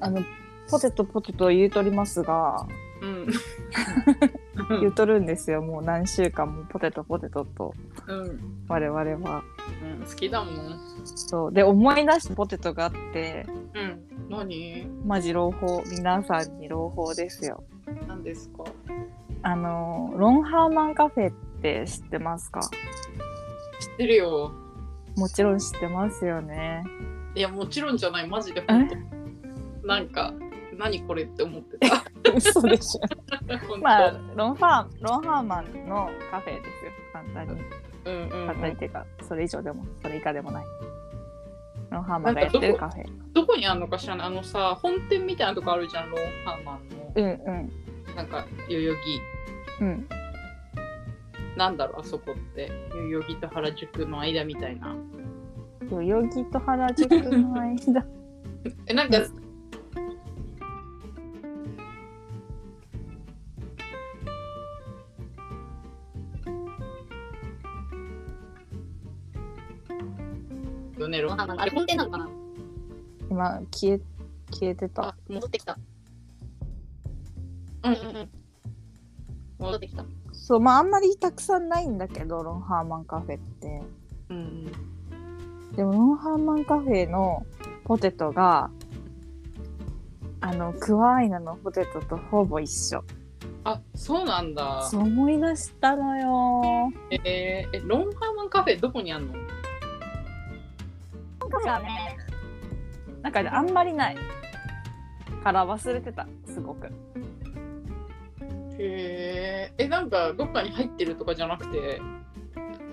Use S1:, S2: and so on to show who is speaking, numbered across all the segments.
S1: あのポテトポテト言うとりますが
S2: うん。
S1: 言うとるんですよもう何週間もポテトポテトと
S2: うん。
S1: 我々は
S2: うん。好きだもん。
S1: そうで思い出したポテトがあって
S2: うん。何
S1: マジ朗報皆さんに朗報ですよ
S2: 何ですか
S1: あのロンハーマンカフェって知ってますか
S2: 知ってるよ。
S1: もちろん知ってますよね
S2: いや、もちろんじゃない。マジで本当。なんか、何これって思ってた。
S1: 嘘でしょ
S2: 本当
S1: まあロンファーロンハーマンのカフェですよ簡単に
S2: うんうんう
S1: 簡単にっ
S2: ん。
S1: ていうかそれ以上でもそれ以下でもないロンハーマンがやってるカフェ
S2: どこにあるのかしらねあのさ、本店みたいなとこあるじゃん、ローンハーマンの。
S1: うんうん
S2: なんか、代々木。
S1: うん
S2: なんだろう、あそこって。代々木と原宿の間みたいな。
S1: 代々木と原宿の 間
S2: え、なんか、よね、ロンハーマンのあれ本店なのかな
S1: 今消え消えてた
S2: あ、戻ってきた。うんうんうん。戻ってきた。
S1: そうまああんまりたくさんないんだけどロンハーマンカフェって
S2: うん
S1: でもロンハーマンカフェのポテトがあのクワアイナのポテトとほぼ一緒
S2: あ、そうなんだ。
S1: そう思い出したのよ
S2: えー、え、ロンハーマンカフェどこにあんの
S1: なんかねあんまりないから忘れてたすごく
S2: へえ、え、なんかどっかに入ってるとかじゃなくて、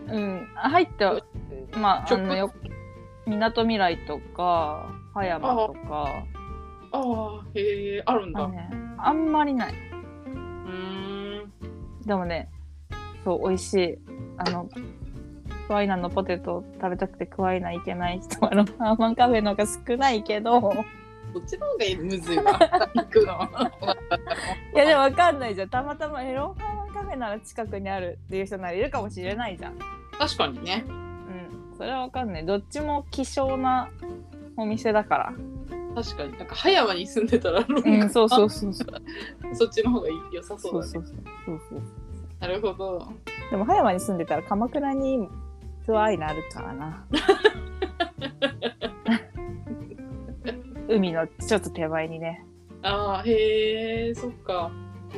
S1: うんあ入ってはまああ
S2: 直
S1: のよみなとみらいとか葉山とか
S2: ああ、へえ、あるんだ。
S1: あ,、
S2: う
S1: ね、あんまりない
S2: ーん。
S1: でもねそう美味しいあのクワイナのポテトを食べたくてクワイナ行けない人はロハーマンカフェの方が少ないけど
S2: こっちの方がむずい わ。行くの。
S1: いやでもわかんないじゃんたまたまエロハーマンカフェなら近くにあるっていう人ならいるかもしれないじゃん
S2: 確かにね。
S1: うんそれはわかんないどっちも希少なお店だから
S2: 確かに。なんか葉山に住んでたら、。
S1: うんそうそううそうそう
S2: そっちの方が良さそ
S1: そうう
S2: だね。
S1: そうそうそう
S2: なるほど。
S1: でも葉山に住んでたら鎌倉にツアーアイナあるから な海のちょっと手前にね
S2: ああ、へえ、そっか。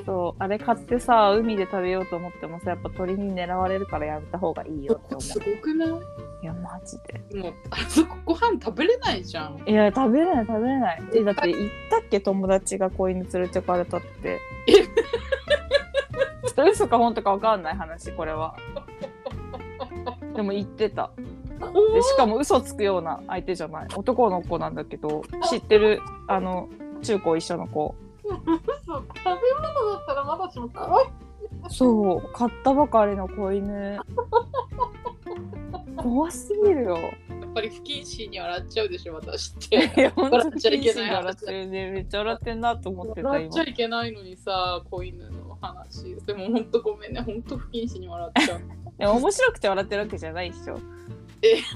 S1: そうあれ買ってさ海で食べようと思ってもさやっぱ鳥に狙われるからやめた方がいいよって思
S2: すごくないう
S1: いやマジで
S2: もうあそこご飯食べれないじゃん。
S1: いや食べれない食べれないえだって行ったっけ友達が子犬連れてかれたって
S2: え
S1: ちょっと 嘘か本当か分かんない話これはでも行ってた
S2: お
S1: でしかも嘘つくような相手じゃない男の子なんだけど知ってるあの中高一緒の子
S2: 食べ物だったらまだしも怖い。
S1: そう買ったばかりの子犬怖すぎるよ
S2: やっぱり不謹慎に笑っちゃうでしょ、私って。
S1: いや本当
S2: 笑っちゃいけない
S1: 笑っちゃうねめっちゃ笑ってんなと思ってた
S2: 笑っちゃ
S1: 今
S2: いけないのにさ、子犬の話。でも本当ごめんね、本当不謹慎に笑っちゃう。
S1: でも面白くて笑ってるわけじゃないでしょ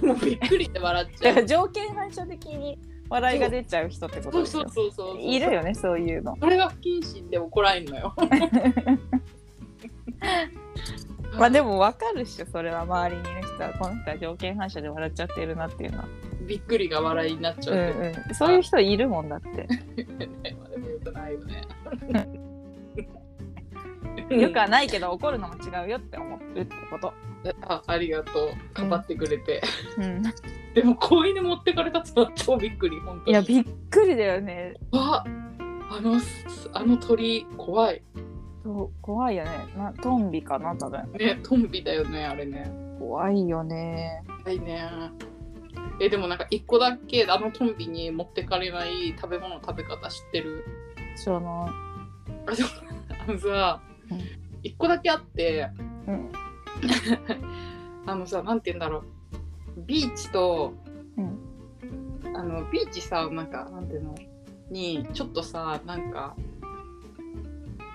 S2: え、もうびっくりで笑っち
S1: だ
S2: ゃ
S1: から
S2: う。
S1: 条件反射的に笑いが出ちゃう人ってこ
S2: そ
S1: と
S2: う
S1: です
S2: そ
S1: よ
S2: う。そうそう。
S1: いる。よねそういうの。
S2: それが不謹慎で怒られんのよ。
S1: まあでもわかるっしょそれは周りにいる人はこの人は条件反射で笑っちゃってるなっていうのは。
S2: びっくりが笑いになっちゃ
S1: う
S2: うんっていう
S1: うん。そういう人いるもんだって。
S2: ね。まあでもよくないよね。
S1: よくはないけど怒るのも違うよって思うってこと。
S2: あありがとう語ってくれて、
S1: うん。
S2: でも子犬持ってかれたってのは超びっくり本当
S1: い
S2: に
S1: やびっくりだよね。
S2: わあのあの鳥怖い
S1: そう怖いよね。なトンビかな多分。
S2: ねトンビだよねあれね
S1: 怖いよね。
S2: 怖いねえでもなんか一個だけあのトンビに持ってかれない食べ物の食べ方知ってる
S1: その
S2: あでもあのさ
S1: うん
S2: 一個だけあって
S1: うん
S2: あのさなんて言うんだろうビーチと、
S1: うん
S2: あのビーチさなんかなんていうのにちょっとさなんか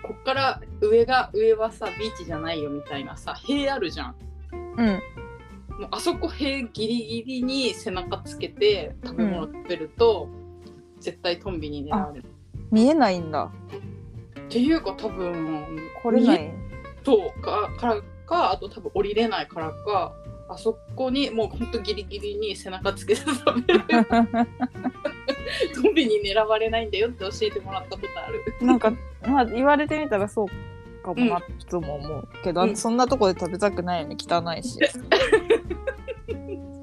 S2: こっから上が上はさビーチじゃないよみたいなさ塀あるじゃん
S1: うん
S2: もうあそこ塀ギリギリに背中つけて食べ物食べると、絶対トンビに狙われる。
S1: 見えないんだ。
S2: っていうか多分
S1: 来れない。
S2: そうかからかあと多分降りれないからかあそこにもうほんとギリギリに背中つけて食べ るトンビに狙われないんだよって教えてもらったことある。
S1: なんか、まあ、言われてみたらそうかもなとも思うけど、
S2: うん
S1: そんなとこで食べたくないよね汚いし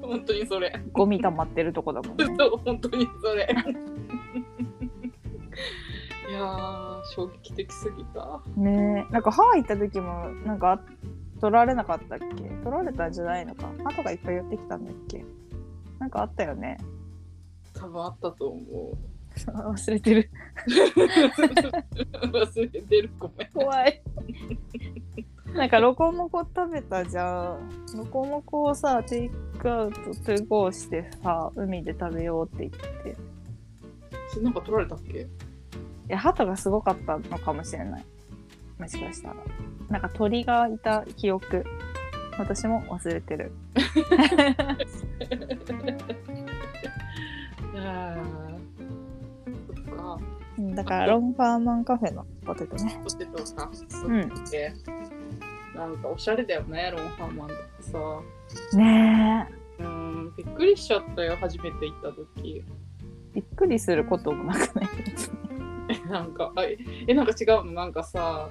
S2: 本当にそれ。
S1: ゴミ溜まってるとこだもんね
S2: そう本当にそれ。 いやー衝撃的すぎた。
S1: ねえなんかハワイ行った時もなんか取られなかったっけ取られたんじゃないのかハトがいっぱい寄ってきたんだっけなんかあったよね
S2: 多分あったと思う。
S1: 忘れてる
S2: 忘れてるごめん。
S1: 怖いなんかロコモコ食べたじゃんロコモコをさテイクアウト2ゴーしてさ海で食べようって言ってい
S2: それなんか取られたっけ？
S1: やハトがすごかったのかもしれないもしかしたらなんか鳥がいた記憶私も忘れてる
S2: あーそっか。
S1: うんだからロンファーマンカフェのポテトね
S2: ポテトさ、
S1: うん
S2: でなんかおしゃれだよね、ロンハーマンとかさ。
S1: ねえ
S2: うーん、びっくりしちゃったよ、初めて行った時。
S1: びっくりすることもなくない
S2: なんか、あええ、なんか違うの、なんかさ、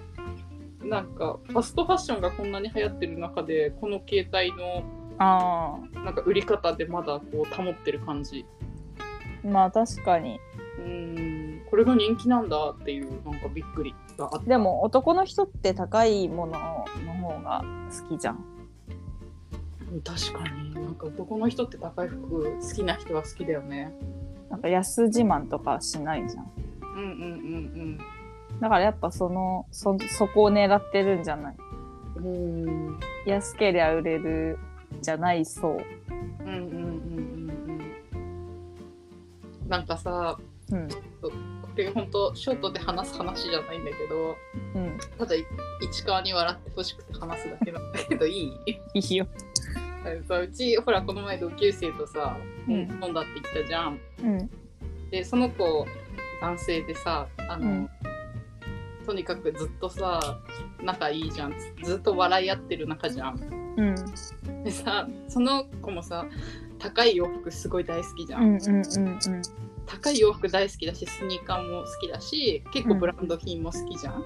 S2: なんかファストファッションがこんなに流行ってる中で、この携帯の
S1: あ
S2: なんか売り方でまだこう保ってる感じ。
S1: あまあ確かに
S2: うーん、これが人気なんだっていう、なんかびっくりがあった。
S1: でも男の人って高いものの方が好きじゃん
S2: うん確かに、なんか男の人って高い服好きな人は好きだよね。
S1: なんか安自慢とかしないじゃん。
S2: うんうんうんうん。
S1: だからやっぱその、そ、そこを狙ってるんじゃない
S2: うん
S1: 安けりゃ売れるじゃないそう。
S2: うんうんうんうんうんなんかさ
S1: うん。
S2: これ本当ショートで話す話じゃないんだけど
S1: うん。
S2: ただい市川に笑ってほしくて話すだけなんだけど い
S1: い
S2: い
S1: いよ。
S2: さうちほらこの前同級生とさ
S1: うん
S2: 飲んだって言ったじゃん。
S1: うん。
S2: でその子男性でさあの、
S1: うん
S2: とにかくずっとさ仲いいじゃんずっと笑い合ってる仲じゃん。
S1: うん。
S2: でさその子もさ高い洋服すごい大好きじゃ
S1: うん。うん。うん。
S2: 高い洋服大好きだしスニーカーも好きだし結構ブランド品も好きじゃん。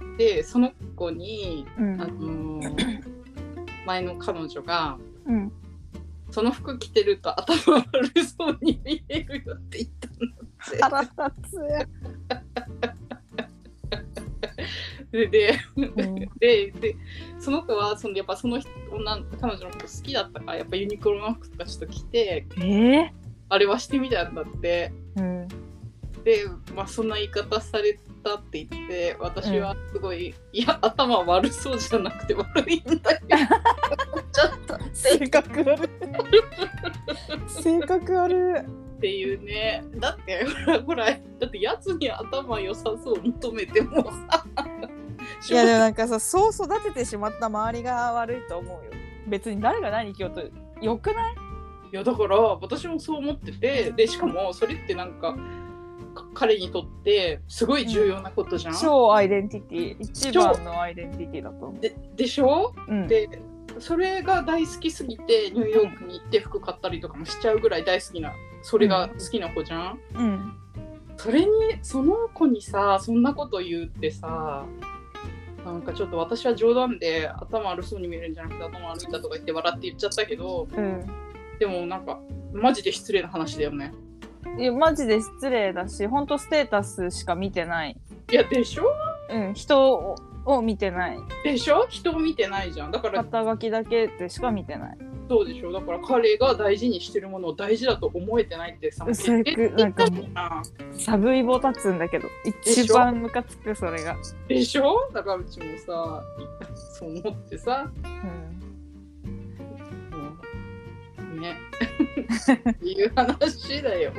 S1: うん。
S2: でその子に、
S1: うん。
S2: あのー前の彼女が
S1: うん。
S2: 「その服着てると頭悪そうに見えるよ」って言ったんだ
S1: 腹立つ。
S2: って。で
S1: うん
S2: でででその子はそのやっぱその人女の彼女のこと好きだったからやっぱユニクロの服とかちょっと着て
S1: え
S2: あれはしてみたんだって。
S1: えうん。
S2: で、まあ、そんな言い方されたって言って私はすごい、いや頭悪そうじゃなくて悪いんだよちょっとっ
S1: 性格悪い。性格悪
S2: ていうねだってほらほらだってやつに頭良さそう求めてもさ
S1: い。い や、でもなんかさ、そう育ててしまった周りが悪いと思うよ。別に誰が何着ようと、よくない
S2: いやだから私もそう思っててでしかもそれってなんかか彼にとってすごい重要なことじゃん。
S1: 超アイデンティティ。一番のアイデンティティだと思う。
S2: ででしょ
S1: うん
S2: でそれが大好きすぎてニューヨークに行って服買ったりとかもしちゃうぐらい大好きなそれが好きな子じゃん、
S1: うん、
S2: それにその子にさそんなこと言うってさなんかちょっと私は冗談で頭悪そうに見えるんじゃなくて頭悪いんだとか言って笑って言っちゃったけど
S1: う
S2: でもなんかマジで失礼な話だよね
S1: ん、いやマジで失礼だし本当ステータスしか見てない、
S2: いやでしょ
S1: うん、人をを見てない
S2: でしょ人を見てないじゃんだから
S1: 肩書きだけでしか見てない
S2: そうでしょだから彼が大事にしてるものを大事だと思えてないってさ
S1: 薄く
S2: ええ
S1: なんかもう
S2: 言ったじゃん
S1: サブイボ立つんだけど一番ムカつくそれが、
S2: でしょだからうちもさそう思ってさ
S1: うん、
S2: も うねっていう話だよ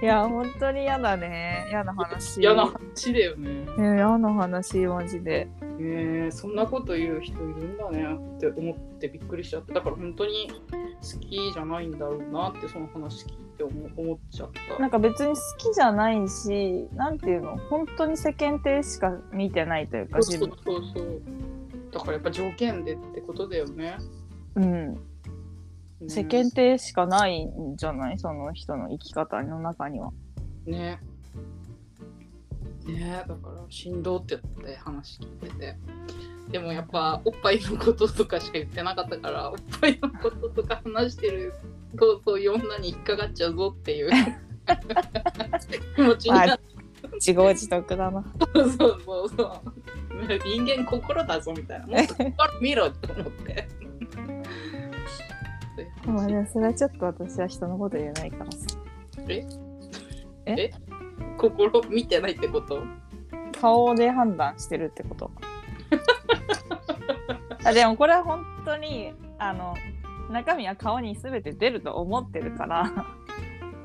S1: いや本当に嫌だね嫌な話
S2: 嫌な話だよね
S1: うん嫌な話マジで
S2: ねえそんなこと言う人いるんだねって思ってびっくりしちゃっただから本当に好きじゃないんだろうなってその話聞いてって思思っちゃった。
S1: なんか別に好きじゃないし、なんていうの、本当に世間体しか見てないというか、
S2: そうそうそうそう。だからやっぱ条件でってことだよね。
S1: うん、
S2: うん
S1: 世間体しかないんじゃないその人の生き方の中には。
S2: ね。ねだから振動って言って話聞いてて。でもやっぱおっぱいのこととかしか言ってなかったからおっぱいのこととか話してるとそういう女に引っかかっちゃうぞっていう気持ちになって
S1: 自業自得だな。
S2: そうそうそう人間心だぞみたいなもっと心見ろと思ってそういう
S1: まあ
S2: 話
S1: ね、それはちょっと私は人のこと言えないからさ。
S2: 心見てないってこと
S1: 顔で判断してるってこと あでもこれは本当にあの中身は顔に全て出ると思ってるから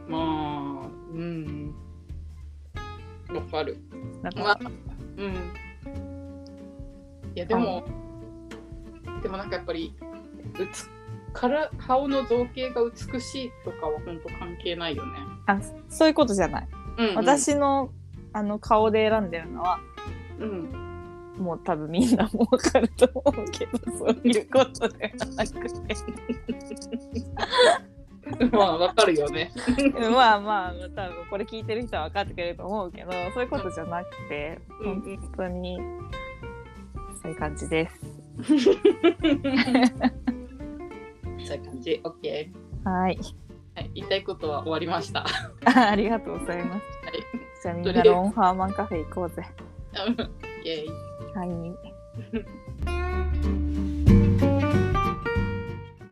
S2: まあうんわかる
S1: だから、
S2: まあうんいやでもでもなんかやっぱりうつから顔の造形が美しいとかは本当関係ないよね、
S1: あそういうことじゃない、
S2: うんうん、
S1: 私のあの顔で選んでるのは
S2: うん
S1: もう多分みんなもわかると思うけどそういうことではなくて
S2: まあわかるよね
S1: まあまあ多分これ聞いてる人は分かってくれると思うけどそういうことじゃなくて
S2: うん
S1: 本
S2: うん
S1: 当にそういう感じです。
S2: そういう感じ OK、
S1: はい
S2: はい、言いたいことは終わりました
S1: あありがとうございます。
S2: い
S1: じゃあみんなロンハーマンカフェ行こうぜ。
S2: イエーイ
S1: はい。